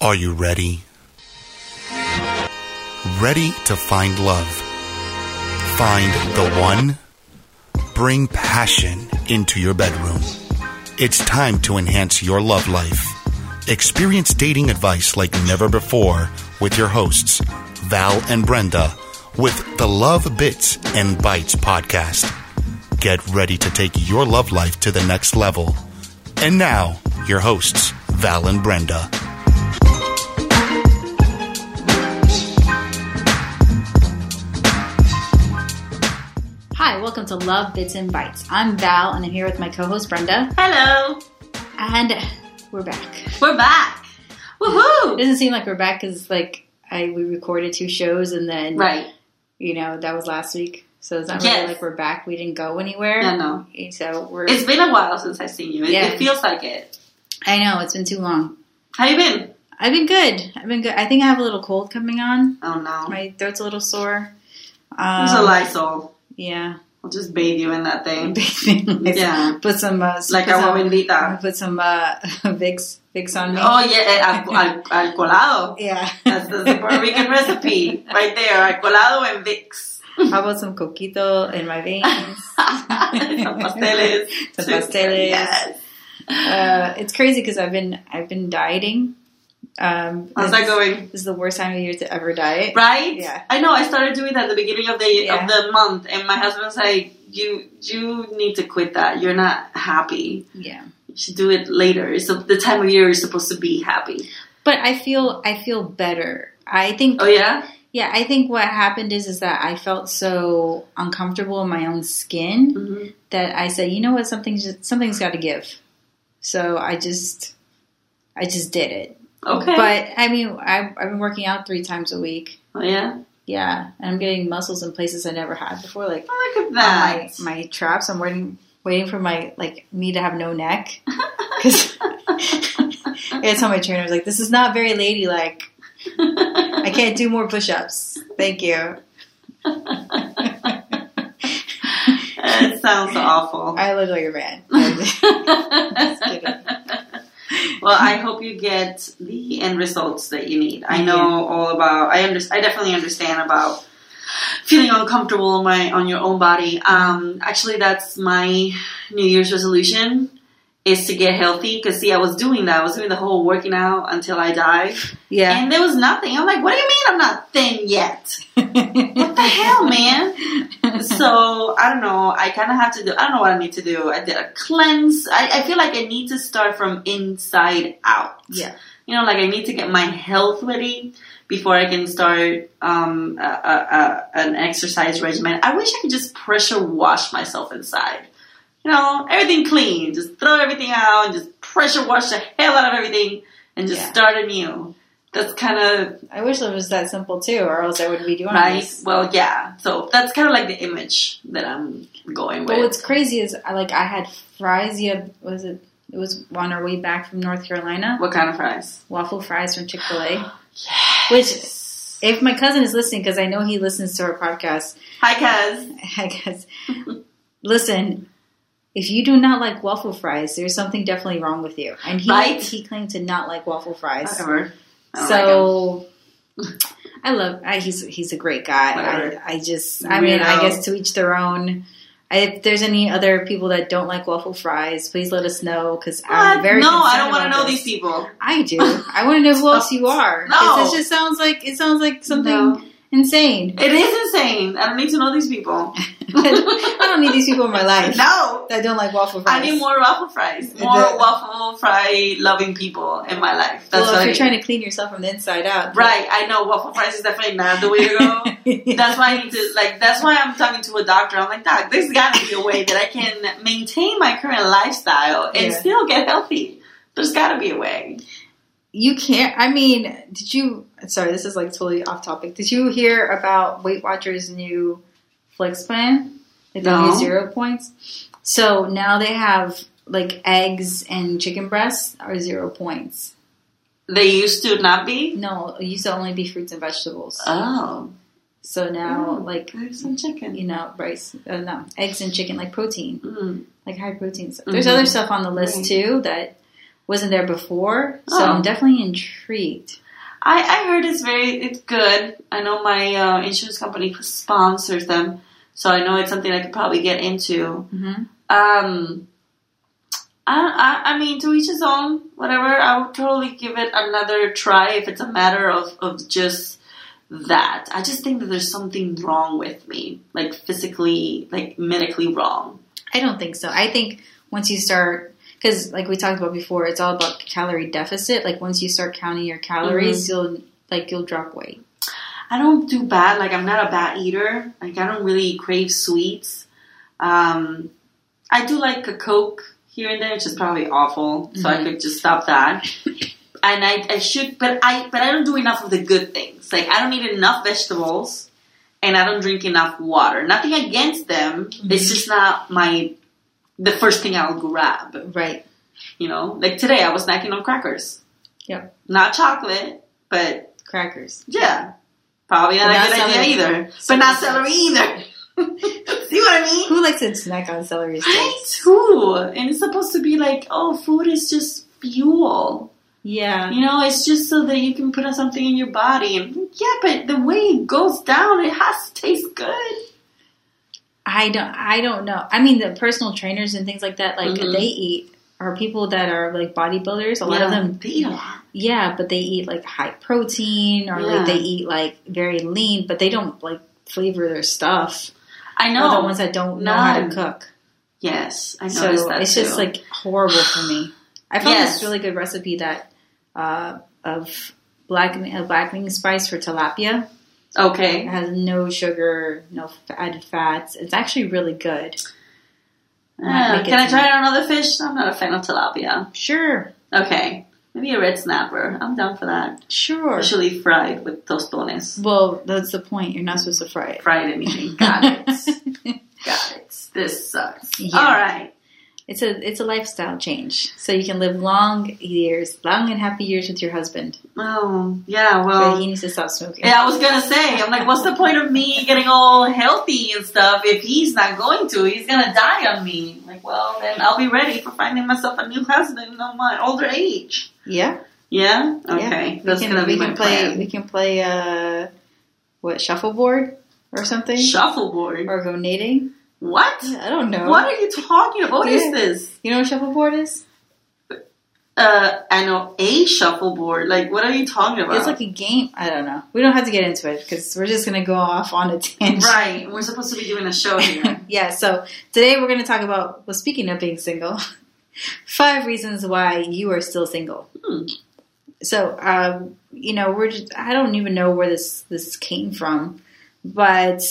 Are you ready? Ready to find love. Find the one. Bring passion into your bedroom. It's time to enhance your love life. Experience dating advice like never before with your hosts, Val and Brenda, with the Love Bits and Bites podcast. Get ready to take your love life to the next level. And now, your hosts, Val and Brenda. Hi, welcome to Love Bits and Bites. I'm Val, and I'm here with my co-host Brenda, Hello, and we're back. we're back. It Woohoo! doesn't seem like we're back because like I we recorded two shows, and then Right. you know that was last week, so it's not really Yes. like we're back. We didn't go anywhere. Eh, No, no. So we're. It's been a while since I've seen you. It, Yeah. it feels like it. I know it's been too long. How you been? I've been good. I've been good. I think I have a little cold coming on. Oh no. My throat's a little sore. There's Um, a Lysol. Yeah. I'll just bathe you in that thing. Yeah. Put some uh, Like put a some, womanita. put some uh, Vicks Vicks on me. Oh yeah, al, al, al colado. Yeah. That's the Puerto Rican recipe right there. Al colado and Vicks. How about some coquito in my veins? Some pasteles. Some pasteles. Yes. Uh, it's crazy because I've been I've been dieting. Um, How's this- that going? This is the worst time of year to ever diet. Right? Yeah. I know. I started doing that at the beginning of the Yeah. of the month, and my husband's like, "You you need to quit that. You're not happy." Yeah, You should do it later. It's the- the time of year you're supposed to be happy. but I feel I feel better. I think Oh yeah, yeah, I think what happened is is that I felt so uncomfortable in my own skin mm-hmm. that I said, you know what, something's just, something's got to give. So I just I just did it. okay. But I mean, I've, I've been working out three times a week. oh yeah, Yeah, and I'm getting muscles in places I never had before, like Oh, look at on my, that. Uh, my traps. I'm waiting waiting for my like me to have no neck because I told my trainer I was like, "This is not very ladylike. I can't do more push-ups. Thank you. That sounds awful. I look like a man." kidding. well, I hope you get the end results that you need. I know all about. I under, I definitely understand about feeling uncomfortable on my on your own body. Um, actually, that's my New Year's resolution is to get healthy. Because see, I was doing that. I was doing the whole working out until I die. yeah. And there was nothing. I'm like, what do you mean I'm not thin yet? What the hell, man? So I don't know. I kind of have to do. I don't know what I need to do. I did a cleanse. I, I feel like I need to start from inside out. yeah. You know, like I need to get my health ready before I can start um, a, a, a, an exercise regimen. I wish I could just pressure wash myself inside. You know, everything clean. Just throw everything out and just pressure wash the hell out of everything and just Yeah. start anew. That's kind of I wish it was that simple too, or else I wouldn't be doing Right. this. Well, yeah. So that's kind of like the image that I'm going But with. what's crazy is I like I had fries. Yeah, was it? It was on our way back from North Carolina. What kind of fries? Waffle fries from Chick Fil A. Which, if my cousin is listening, because I know he listens to our podcast, Hi, Kaz. I guess. Listen, if you do not like waffle fries, there's something definitely wrong with you. And he Right? he claimed to not like waffle fries. Whatever. I don't like 'em. So I love I, he's he's a great guy. Whatever. I, I just I mean I Weirdo. guess to each their own. I, if there's any other people that don't like waffle fries, please let us know because I'm What? very no, concerned I don't want to about know this. these people. I do. I want to know who else you are. 'Cause No. it just sounds like it sounds like something No. insane. It is insane. I don't need to know these people. I don't need these people in my life. no. I don't like waffle fries. I need more waffle fries. More The- waffle fry loving people in my life. That's well, what if I you're need. trying to clean yourself from the inside out, Right, I know waffle fries is definitely not the way to go. That's why I need to like. That's why I'm talking to a doctor. I'm like, doc, there's got to be a way that I can maintain my current lifestyle and Yeah. still get healthy. There's got to be a way. you can't. I mean, did you? Sorry, this is like totally off topic. Did you hear about Weight Watchers' new flex plan? Like the No. new zero points. So now they have like eggs and chicken breasts are zero points. They used to not be. No, it used to only be fruits and vegetables. Oh, so now, Mm. like there's some chicken. you know, rice, uh, no, eggs and chicken, like protein, Mm. like high protein. Stuff. There's Mhm. other stuff on the list Right. too that wasn't there before, so Oh. I'm definitely intrigued. I, I heard it's very it's good. I know my uh, insurance company sponsors them, so I know it's something I could probably get into. Mm-hmm. Um, I, I I mean to each his own. Whatever. I would totally give it another try if it's a matter of of just that. I just think that there's something wrong with me, like physically, like medically wrong. I don't think so. I think once you start, because like we talked about before, it's all about calorie deficit. Like once you start counting your Mm-hmm. calories, you'll like you'll drop weight. I don't do bad. Like I'm not a bad eater. Like I don't really crave sweets. Um, I do like a Coke here and there, which is probably awful. So I could just stop that. and I, I should, but I, but I don't do enough of the good things. Like I don't eat enough vegetables, and I don't drink enough water. Nothing against them. It's just not my the first thing I'll grab. Right. You know, like today I was snacking on crackers. Yep. Not chocolate, but Crackers. yeah. Probably not, But a not good celery. idea either. But not celery either. See what I mean? Who likes to snack on celery sticks? Right? Who? And it's supposed to be like, oh, food is just fuel. Yeah. You know, it's just so that you can put something in your body. And yeah, but the way it goes down, it has to taste good. I don't. I don't know. I mean, the personal trainers and things like that, like Mhm. they eat are people that are like bodybuilders. A lot of them they eat a lot. Yeah, but they eat like high protein or Yeah. like they eat like very lean, but they don't like flavor their stuff. I No, know. the ones that don't know how none. to cook. yes, I noticed So that it's just too. like horrible for me. I found Yes. this really good recipe that uh, of black a blackening spice for tilapia. It okay. has no sugar, no f- added fats. It's actually really good. might Ah, make it can I some- try it on other fish? I'm not a fan of tilapia. Sure, Okay, maybe a red snapper. I'm down for that. sure. Usually fried with tostones. Well, that's the point. You're not supposed to fry it. Fried anything. Got it. Got it. This sucks. Yeah. All right. It's a it's a lifestyle change, so you can live long years, long and happy years with your husband. Oh, yeah, But well. he needs to stop smoking. Yeah, I was gonna say, I'm like, what's the point of me getting all healthy and stuff if he's not going to? He's gonna die on me. Like, well, then I'll be ready for finding myself a new husband on my older age. yeah. Yeah? yeah. Okay. We That's can, gonna be we my can play. plan. We can play. Uh, what shuffleboard or something, Shuffleboard. or go knitting. What? I don't know. What are you talking about? What is Yeah. this? You know what shuffleboard is? Uh, I know a shuffleboard. Like, what are you talking about? It's like a game. I don't know. We don't have to get into it because we're just gonna go off on a tangent. Right. We're supposed to be doing a show here. yeah. So today we're gonna talk about. Well, speaking of being single, five reasons why you are still single. Hmm. so uh, you know we're just i don't even know where this this came from but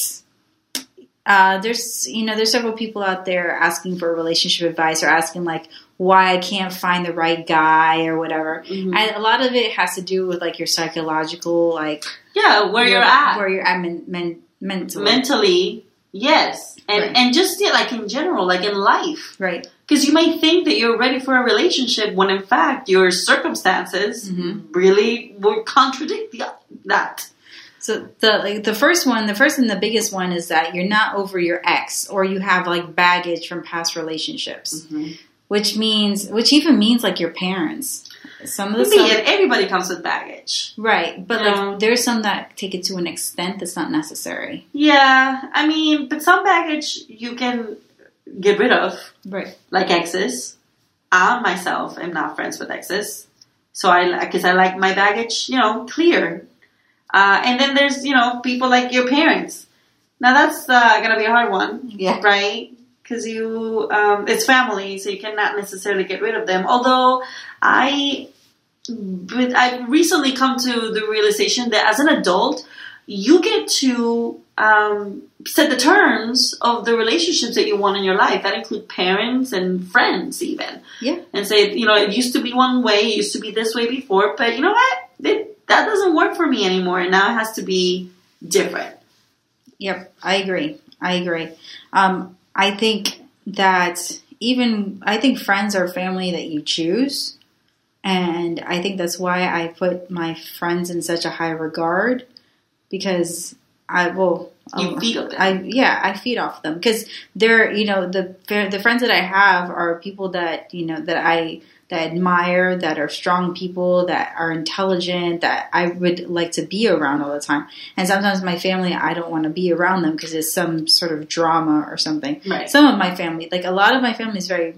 uh, there's you know there's several people out there asking for relationship advice or asking like why i can't find the right guy or whatever Mm-hmm. and a lot of it has to do with like your psychological like yeah, where your- you're at. where you're at men, men, mentally Mentally, yes. And Right. and just yeah, like in general, like in life. right Because you might think that you're ready for a relationship when in fact your circumstances Mhm. really will contradict the, that. so the like, the first one the first and the biggest one is that you're not over your ex or you have like baggage from past relationships Mm-hmm. which means which even means like your parents some of the Maybe stuff it- everybody comes with baggage. right but Yeah. like there's some that take it to an extent that's not necessary Yeah, I mean, but some baggage you can get rid of. right like exes. I myself am not friends with exes, so I because I like my baggage, you know, clear. Uh, and then there's you know people like your parents. Now that's uh, gonna be a hard one, yeah right? Because you um, it's family, so you cannot necessarily get rid of them. Although I, but I've recently come to the realization that as an adult, you get to um, set the terms of the relationships that you want in your life. That include parents and friends, even. Yeah. And say, you know, it used to be one way, it used to be this way before, but you know what? It, that doesn't work for me anymore, and now it has to be different. yep i agree i agree um, i think that even i think friends are family that you choose and i think that's why i put my friends in such a high regard because i will You feed on it. I yeah, I feed off them because they're you know the the friends that I have are people that you know that I that I admire, that are strong people, that are intelligent, that I would like to be around all the time. And sometimes my family, I don't want to be around them because it's some sort of drama or something. Right. Some of my family, like a lot of my family, is very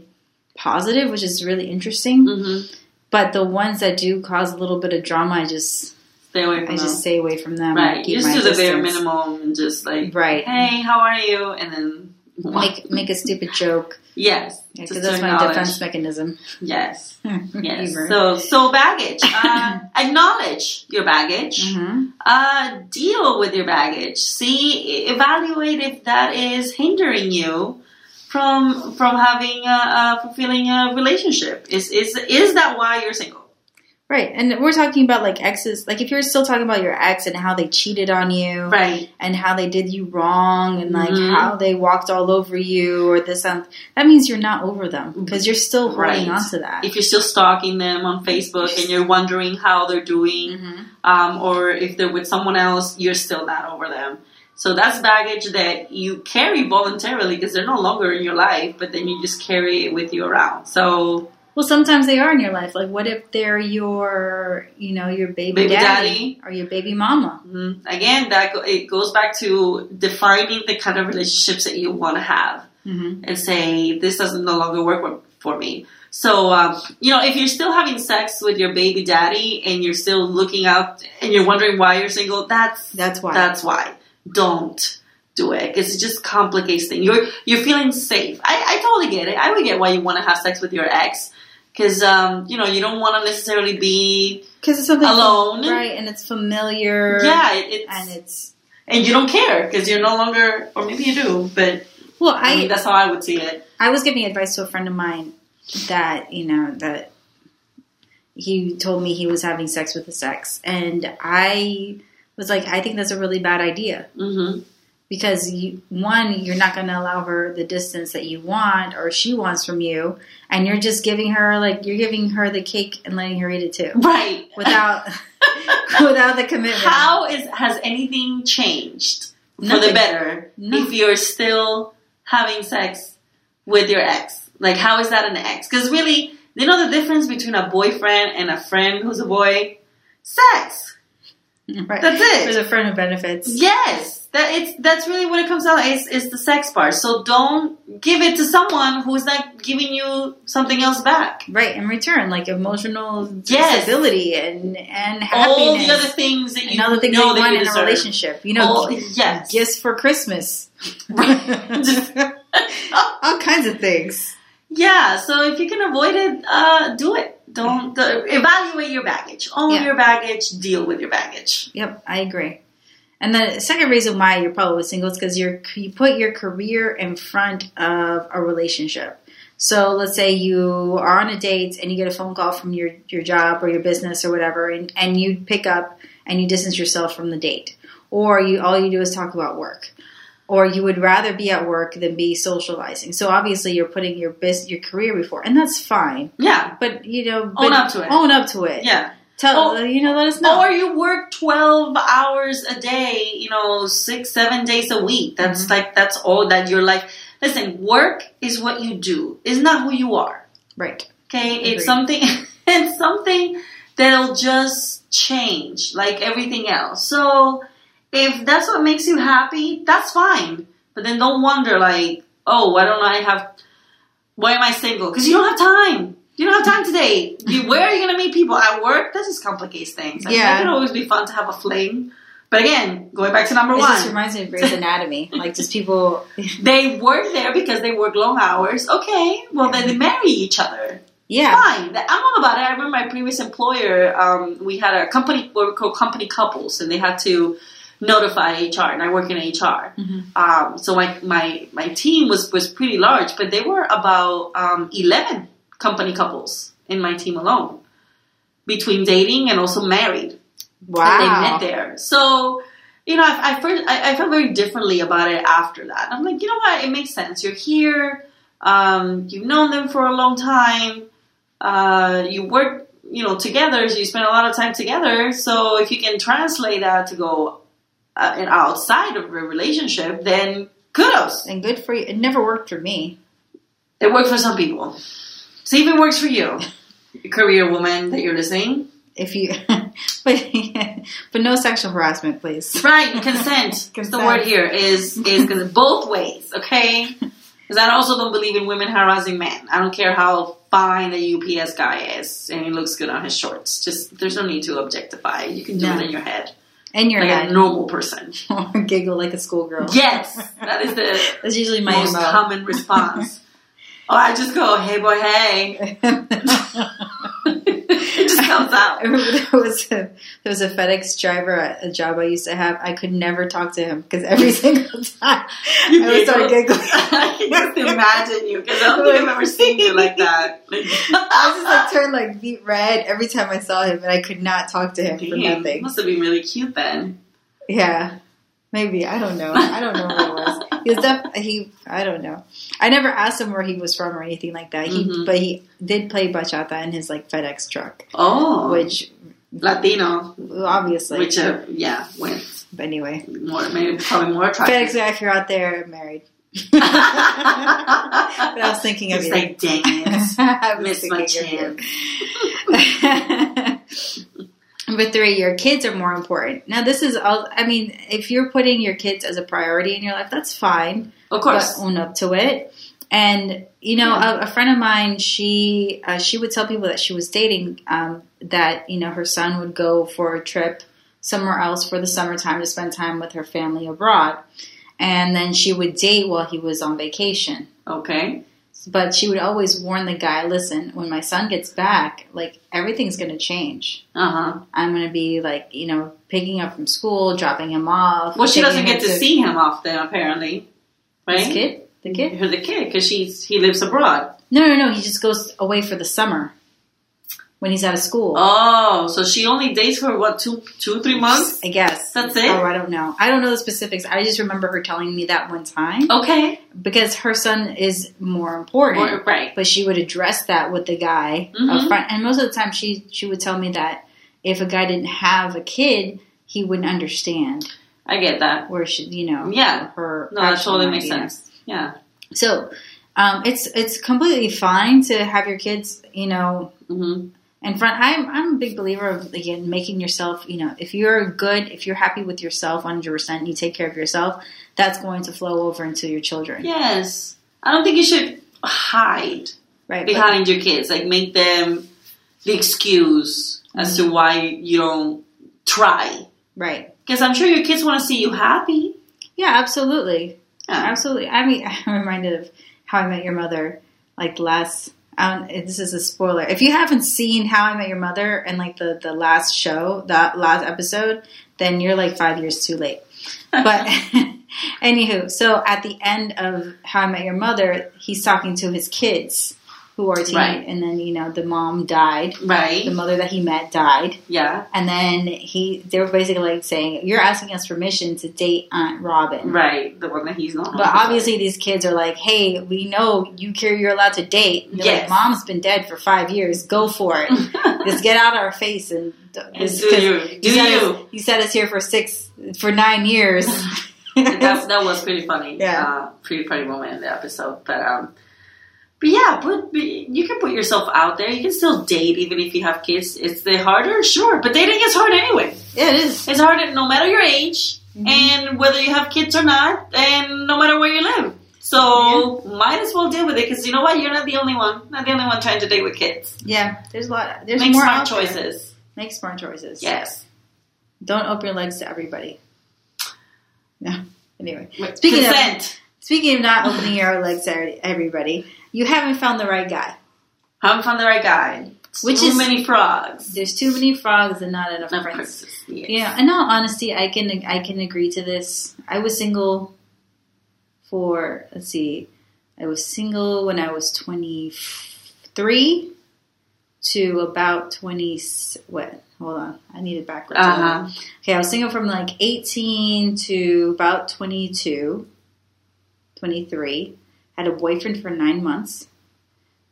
positive, which is really interesting. Mm-hmm. But the ones that do cause a little bit of drama, I just Stay away from I them. just stay away from them. I right. keep Just my do the bare distance. minimum and just like, Right. hey, how are you? And then Make make a stupid joke yes, because Just that's to my acknowledge. defense mechanism. yes. Yes. Humor. So, so baggage. Uh, acknowledge your baggage. Mhm. Uh, deal with your baggage. See, e- evaluate if that is hindering you from from having a, a fulfilling a relationship. Is is is that why you're single? Right, and we're talking about like exes. Like if you're still talking about your ex and how they cheated on you, Right. and how they did you wrong, and like Mhm. how they walked all over you, or this and that means you're not over them because you're still holding Right. on to that. If you're still stalking them on Facebook and you're wondering how they're doing, Mhm. um, or if they're with someone else, you're still not over them. So that's baggage that you carry voluntarily because they're no longer in your life, but then you just carry it with you around. So Well, sometimes they are in your life. Like, what if they're your, you know, your baby, Baby daddy, or your baby mama? mm, again, that go- it goes back to defining the kind of relationships that you want to have Mm-hmm. and say this doesn't no longer work wo- for me. So um, you know, if you're still having sex with your baby daddy and you're still looking out and you're wondering why you're single, that's That's why. That's why. Don't do it. 'cause it just complicates things. You're you're feeling safe. I, I totally get it. I would get why you want to have sex with your ex. Because um, you know you don't want to necessarily be because it's something Alone. right? And it's familiar, yeah it, it's, And and, it's you don't care because you're no longer or maybe you do but well, I, mean I that's how I would see it I was giving advice to a friend of mine that you know that he told me he was having sex with his ex, and I was like, I think that's a really bad idea. hmm because you, one you're not going to allow her the distance that you want or she wants from you and you're just giving her like you're giving her the cake and letting her eat it too right without without the commitment how is has anything changed for Nothing. the better Nothing. if you're still having sex with your ex? Like, how is that an ex? Because really, you know the difference between a boyfriend and a friend who's a boy? Sex. right. That's it. there's a friend who benefits Yes, that it's that's really what it comes down. Is is the sex part? So don't give it to someone who's not giving you something else back. right in return like emotional Yes. stability and and All the happiness other things that you and all the things know you that want you in deserve. a relationship you know All- g- yes. gifts for christmas Right. all kinds of things Yeah, so if you can avoid it, uh, do it. Don't the, evaluate your baggage. Own Yeah. your baggage. Deal with your baggage. Yep, I agree. And the second reason why you're probably single is because you're you put your career in front of a relationship. So let's say you are on a date and you get a phone call from your, your job or your business or whatever, and, and you pick up and you distance yourself from the date, or you all you do is talk about work, or you would rather be at work than be socializing. So obviously you're putting your bus your career before, and that's fine. Yeah, But you know, Own but- up to it. Own up to it. yeah. Tell Oh. you know, let us know. Or you work twelve hours a day. You know, six, seven days a week. That's like that's all that your life. Listen, work is what you do. It's not who you are. right. Okay, Agreed. it's something. it's something that'll just change, like everything else. So, if that's what makes you happy, that's fine. But then don't wonder, like, oh, why don't I have? Why am I single? Because you don't have time. You don't have time today. You, where are you going to meet people at work? That just complicates things. I mean, Yeah. it could always be fun to have a fling. But again, going back to number It one, just reminds me of Grey's Anatomy. like, just people. they work there because they work long hours. Okay, well then they marry each other. Yeah. fine. That- I'm all about it. I remember my previous employer, um, we had a company, what we call company couples, and they had to notify HR, and I work in HR. Um, so my, my, my team was, was pretty large, but they were about um, 11 company couples in my team alone, between dating and also married Wow. that they met there. So, you know, I, I first I, I felt very differently about it after that. I'm like, you know what? It makes sense. You're here. Um, you've known them for a long time. Uh, you work, you know, together. So you spend a lot of time together. So if you can translate that to go uh, and outside of a relationship, then kudos. And good for you. It never worked for me. It worked for some people. See if it works for you. career woman that you're listening. If you, but but no sexual harassment, please. Right, consent. The Consent. word here is is cons- both ways, okay? Because I also don't believe in women harassing men. I don't care how fine a UPS guy is and he looks good on his shorts. Just there's no need to objectify. You can do No. it in your head, And your like a head, normal person. or giggle like a schoolgirl. Yes, that is the that's usually my most emo. common response. Oh, I just go, hey boy, hey. it just comes I out. remember there was a there was a FedEx driver at a job I used to have. I could never talk to him because every single time I would start giggling. I can just imagine you because I don't think I've ever seen you like that. Like, I was just like turned like beet red every time I saw him, and I could not talk to him for Damn, nothing. Must have been really cute then. Yeah, maybe I don't know. I don't know what it was. He was def- he. I don't know. I never asked him where he was from or anything like that. He, Mhm. but he did play bachata in his like FedEx truck, Oh, which Latino, obviously. which uh, yeah, went but anyway, more maybe probably more FedEx attractive. guy, if you're out there, I'm married. But I was thinking of it's you. like dang it, I was missed my thinking of you. chance. Number three, your kids are more important. Now, this is all, I mean, if you're putting your kids as a priority in your life, that's fine. Of course, But own up to it. And, you know, a, a friend of mine, she, uh, she would tell people that she was dating um, that, you know, her son would go for a trip somewhere else for the summertime to spend time with her family abroad. And then she would date while he was on vacation okay. but she would always warn the guy, listen, when my son gets back, like everything's going to change. Uh huh. I'm going to be like, you know, picking up from school, dropping him off. Well, she taking doesn't him get to see him often, apparently, right? his kid. The kid? Her the kid because she's he lives abroad. No, no, no. He just goes away for the summer when he's out of school. Oh, so she only dates for what two two three months? I guess. That's it? Oh, I don't know. I don't know the specifics. I just remember her telling me that one Oh. time Okay, because her son is more important. Well, right. but she would address that with the guy Mhm. up front. And most of the time, she she would tell me that if a guy didn't have a kid, he wouldn't understand I get that. where she, you know, Yeah. her. No, that passion totally might makes be. sense. Yeah. So, um, it's it's completely fine to have your kids, you know, hmm in front. I'm I'm a big believer of again making yourself, you know, if you're good, if you're happy with yourself, hundred percent, and you take care of yourself, that's going to flow over into your children, Yes. I don't think you should hide right? But- behind your kids. Like make them the excuse as to why you don't try. right? Because I'm sure your kids want to see you happy. Yeah, absolutely. Yeah. Absolutely. I mean, I'm reminded of How I Met Your Mother, like last. Um, this is a spoiler. If you haven't seen How I Met Your Mother and like the the last show, that last episode, then you're like five years too late. But anywho, so at the end of How I Met Your Mother, he's talking to his kids who are teen, Right. and then you know the mom died, the Right. mother that he met died, Yeah. and then he they were basically like saying, "You're asking us permission to date Aunt Robin." Right. The one that he's not. But obviously, these kids are like, "Hey, we know you care. You're allowed to date." And they're Yes. like, "Mom's been dead for five years. Go for it. Just get out of our face and, And this- do 'cause you. Do set you. Us, you set us here for six for nine years." that, that was pretty funny. Yeah. Uh, pretty funny moment in the episode. But um, but yeah, put you can put yourself out there. You can still date even if you have kids. It's the harder, sure, but dating is hard anyway. yeah, it is. It's hard no matter your age Mm-hmm. and whether you have kids or not, and no matter where you live. So might as well deal with it because you know what? You're not the only one. Not the only one trying to date with kids. Yeah, there's a lot. There's Make more smart out there. choices. Make smart choices. Yes. Don't open your legs to everybody. Yeah. Anyway, Speaking Speaking of- consent. speaking of not opening your legs to everybody, you haven't found the right guy. haven't found the right guy. Which Too is- many frogs. There's too many frogs and not enough Not princes. princes. Yes. Yeah, in all honesty, I can I can agree to this. I was single for let's see, I was single when I was twenty three to about twenty. s- What? Hold on, I need it backwards. Uh huh. Okay, I was single from like eighteen to about 22, 23. Had a boyfriend for nine months.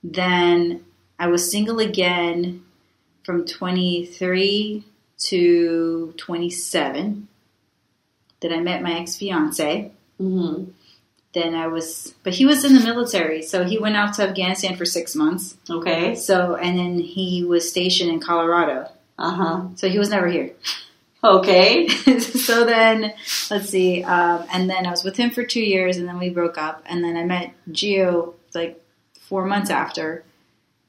Then I was single again from twenty three to 27 that I met my ex fiance. hmm then I was, but he was in the military, so he went out to Afghanistan for six months. Okay. So, and then he was stationed in Colorado, Uh huh. so he was never here. Okay. so then, let's see, um, and then I was with him for two years, and then we broke up, and then I met Gio like four months after,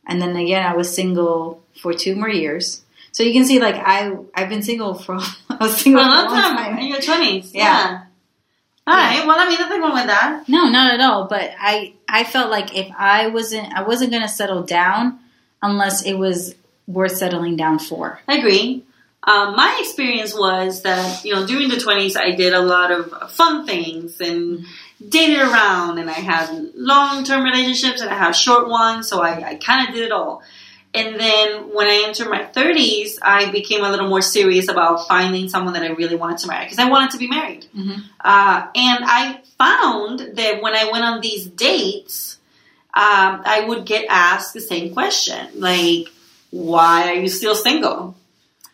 and then again I was single for two more years. So you can see, like I I've been single for I was For single a for a long long time. um, In time. your twenties. Yeah. All right. Well, I mean, nothing wrong with that. No, not at all. But I I felt like if I wasn't I wasn't gonna settle down unless it was worth settling down for. I agree. Um, my experience was that you know during the twenties I did a lot of fun things and dated around, and I had long term relationships and I had short ones, so I, I kind of did it all. And then when I entered my thirties, I became a little more serious about finding someone that I really wanted to marry because I wanted to be married. Mhm. Uh, and I found that when I went on these dates, um, I would get asked the same question, like, "Why are you still single?"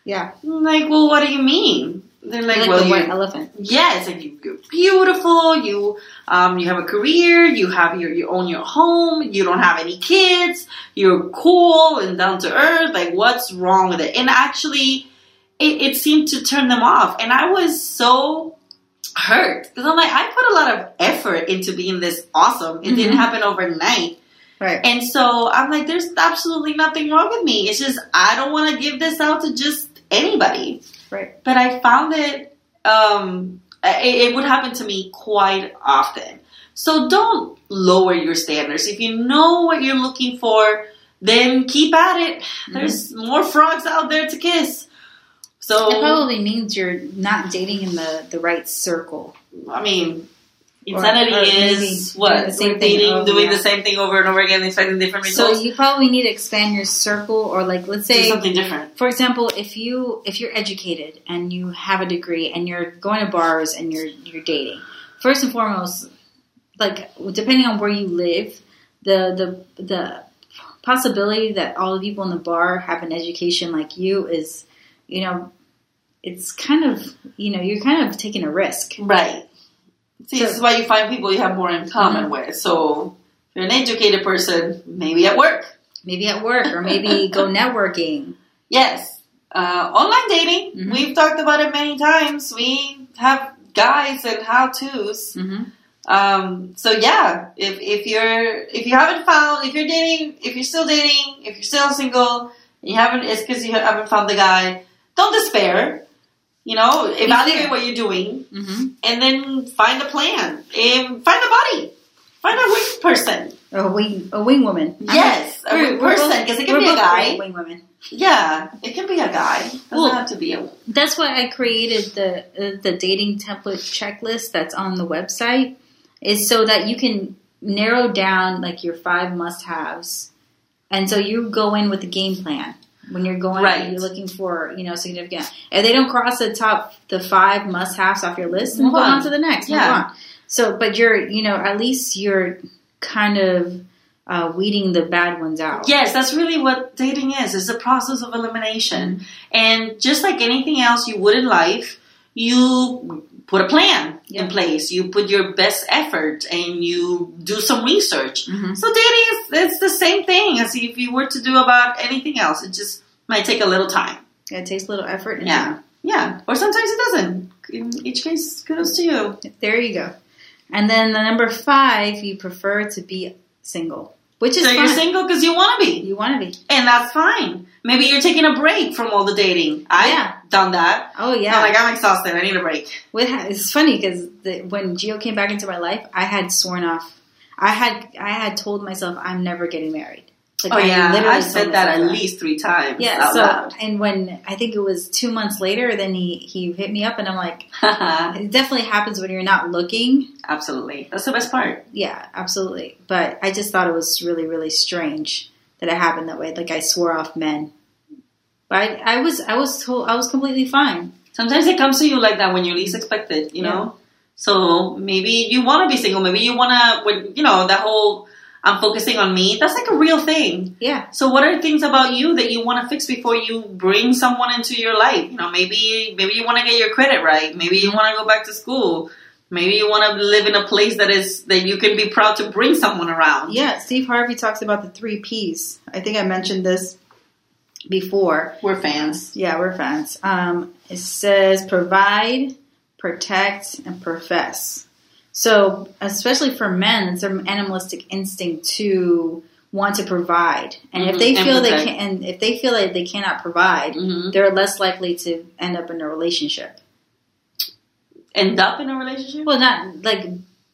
Yeah, I'm like, well, what do you mean? They're like, like, well, the white you, elephant. yeah, it's like you, you're beautiful. You, um, you have a career. You have your, you own your home. You don't have any kids. You're cool and down to earth. Like, what's wrong with it? And actually, it, it seemed to turn them off. And I was so hurt because I'm like, I put a lot of effort into being this awesome. It didn't Mhm. happen overnight. Right. And so I'm like, there's absolutely nothing wrong with me. It's just I don't want to give this out to just anybody. Right. But I found it, um, it, it would happen to me quite often. So don't lower your standards. If you know what you're looking for, then keep at it. Mm-hmm. There's more frogs out there to kiss. It So, probably means you're not dating in the, the right circle. I mean, Or- insanity or is maybe what? doing the same Repeating, thing over- doing yeah. the same thing over and over again, expecting different So results. you probably need to expand your circle, or like let's Do say, something different. for example, if you if you're educated and you have a degree and you're going to bars and you're you're dating, first and foremost, like depending on where you live, the the the possibility that all the people in the bar have an education like you is, you know, it's kind of you know you're kind of taking a risk. Right. See, So- this is why you find people you have more in common Mm-hmm. with. So if you're an educated person, maybe at work. Maybe at work or maybe go networking. Yes. Uh, online dating. Mhm. We've talked about it many times. We have guides and how to's. hmm Um, so yeah, if, if you're if you haven't found if you're dating if you're still dating if you're still single and you haven't it's because you haven't found the guy. Don't despair. You know, evaluate fair. what you're doing. hmm and then find a plan and find a body. Find a wing person. A wing, a wing woman. I'm Yes, a- a wing we're person, both- 'cause it can we're be a both guy. great Wing women. Yeah, it can be a guy. Doesn't Cool. have to be a That's why I created the uh, the dating template checklist that's on the website, is so that you can narrow down like your five must haves, and so you go in with a game plan when you're going. Right. You're looking for you know significant. If they don't cross the top the five must haves off your list, Move move on. on. to the next. Yeah. Move on. So, but you're you know at least you're kind of uh, weeding the bad ones out. Yes, that's really what dating is. It's a process of elimination. And just like anything else you would in life, you put a plan Yeah. in place. You put your best effort and you do some research. Mhm. So dating is it's the same thing as if you were to do about anything else. It just might take a little time. Yeah, It takes a little effort. And Yeah. Yeah, or sometimes it doesn't. In each case, kudos to you. There you go. And then the number five, you prefer to be single, which is So you're fine. single because you want to be, you want to be. and that's fine. Maybe you're taking a break from all the dating. I've Yeah. done that. Oh Yeah. yeah. like I'm exhausted. I need a break. What ha- it's funny because when Geo came back into my life, I had sworn off. I had I had told myself I'm never getting married. Like, oh yeah, literally I've told said that myself at least three times. Yeah. out So loud. and when I think it was two months later, then he he hit me up and I'm like, it definitely happens when you're not looking. Absolutely, that's the best part. Yeah, absolutely. But I just thought it was really, really strange that it happened that way. Like I swore off men, but I, I was, I was told, I was completely fine. Sometimes it comes to you like that when you least expect it. You Yeah. know. So maybe you want to be single. Maybe you want to. When you know that whole I'm focusing on me. That's like a real thing. Yeah, So what are things about you that you want to fix before you bring someone into your life? You know, maybe maybe you want to get your credit right. Maybe you want to go back to school. Maybe you want to live in a place that is that you can be proud to bring someone around. Yeah, Steve Harvey talks about the three P's. I think I mentioned this before. We're fans. Yeah, we're fans. Um, it says provide, protect, and profess. So, especially for men, it's an animalistic instinct to want to provide, and if Mhm, they and feel they protect. can, and if they feel that they cannot provide, hmm they're less likely to end up in a relationship. End up in a relationship. Well, not like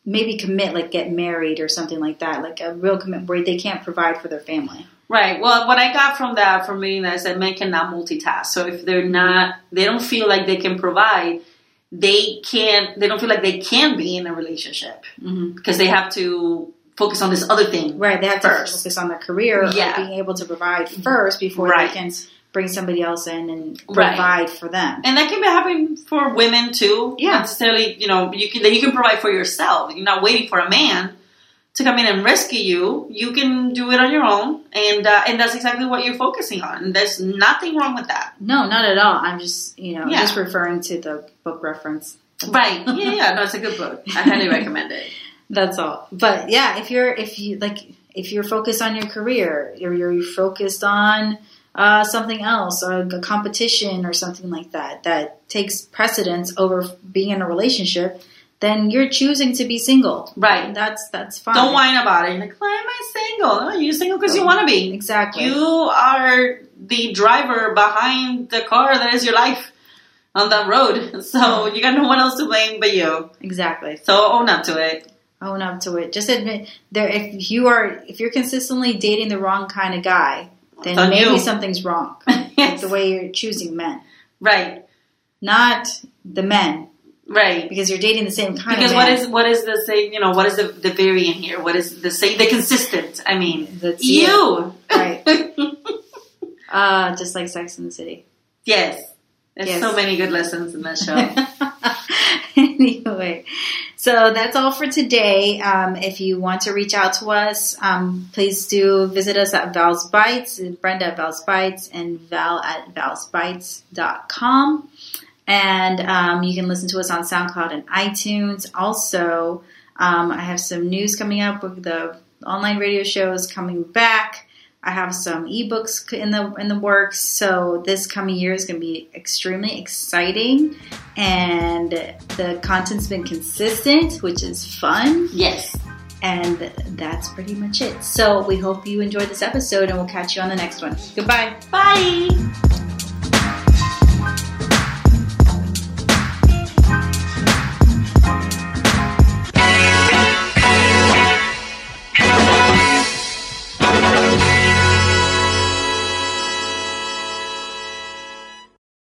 maybe commit, like get married or something like that, like a real commit where they can't provide for their family. Right. Well, what I got from that from reading that is that men cannot multitask. So if they're not, they don't feel like they can provide. They can't. They don't feel like they can be in a relationship because they have to focus on this other thing. Mm-hmm. Right, they have to First. focus on their career, Yeah. or being able to provide first before Right. they can bring somebody else in and Right. provide for them. And that can be happening for women too. Yeah. Not necessarily, you know, you can that you can provide for yourself. You're not waiting for a man to come in and rescue you. You can do it on your own, and uh, and that's exactly what you're focusing on. And there's nothing wrong with that. No, not at all. I'm just you know Yeah. just referring to the book reference. Right. Yeah, yeah. No, it's a good book. I highly recommend it. That's all. But yeah, if you're if you like if you're focused on your career, or you're focused on uh, something else, or a competition or something like that, that takes precedence over being in a relationship, then you're choosing to be single. Right. That's that's fine. Don't whine about it. You're like, why am I single? No, you're single because you want to be. Exactly. You are the driver behind the car that is your life on that road. So you got no one else to blame but you. Exactly. So own up to it. Own up to it. Just admit there. If you are, if you're consistently dating the wrong kind of guy, then It's on maybe you. something's wrong. Like Yes. the way you're choosing men, Right. not the men, Right. because you're dating the same kind Because of what man. is what is the say you know, what is the, the variant here? What is the say the consistent? I mean That's you. right? Uh, just like Sex in the City. yes. There's Yes. so many good lessons in that show. anyway, so that's all for today. Um, if you want to reach out to us, um, please do visit us at Val's Bites, Brenda at Val's Bites, and Val at valsbites.com. And um, you can listen to us on SoundCloud and iTunes. Also, um, I have some news coming up with the online radio show is coming back. I have some ebooks in the in the works, so this coming year is going to be extremely exciting, and the content's been consistent, which is fun, yes. and that's pretty much it. So we hope you enjoyed this episode, and we'll catch you on the next one. Goodbye. Bye.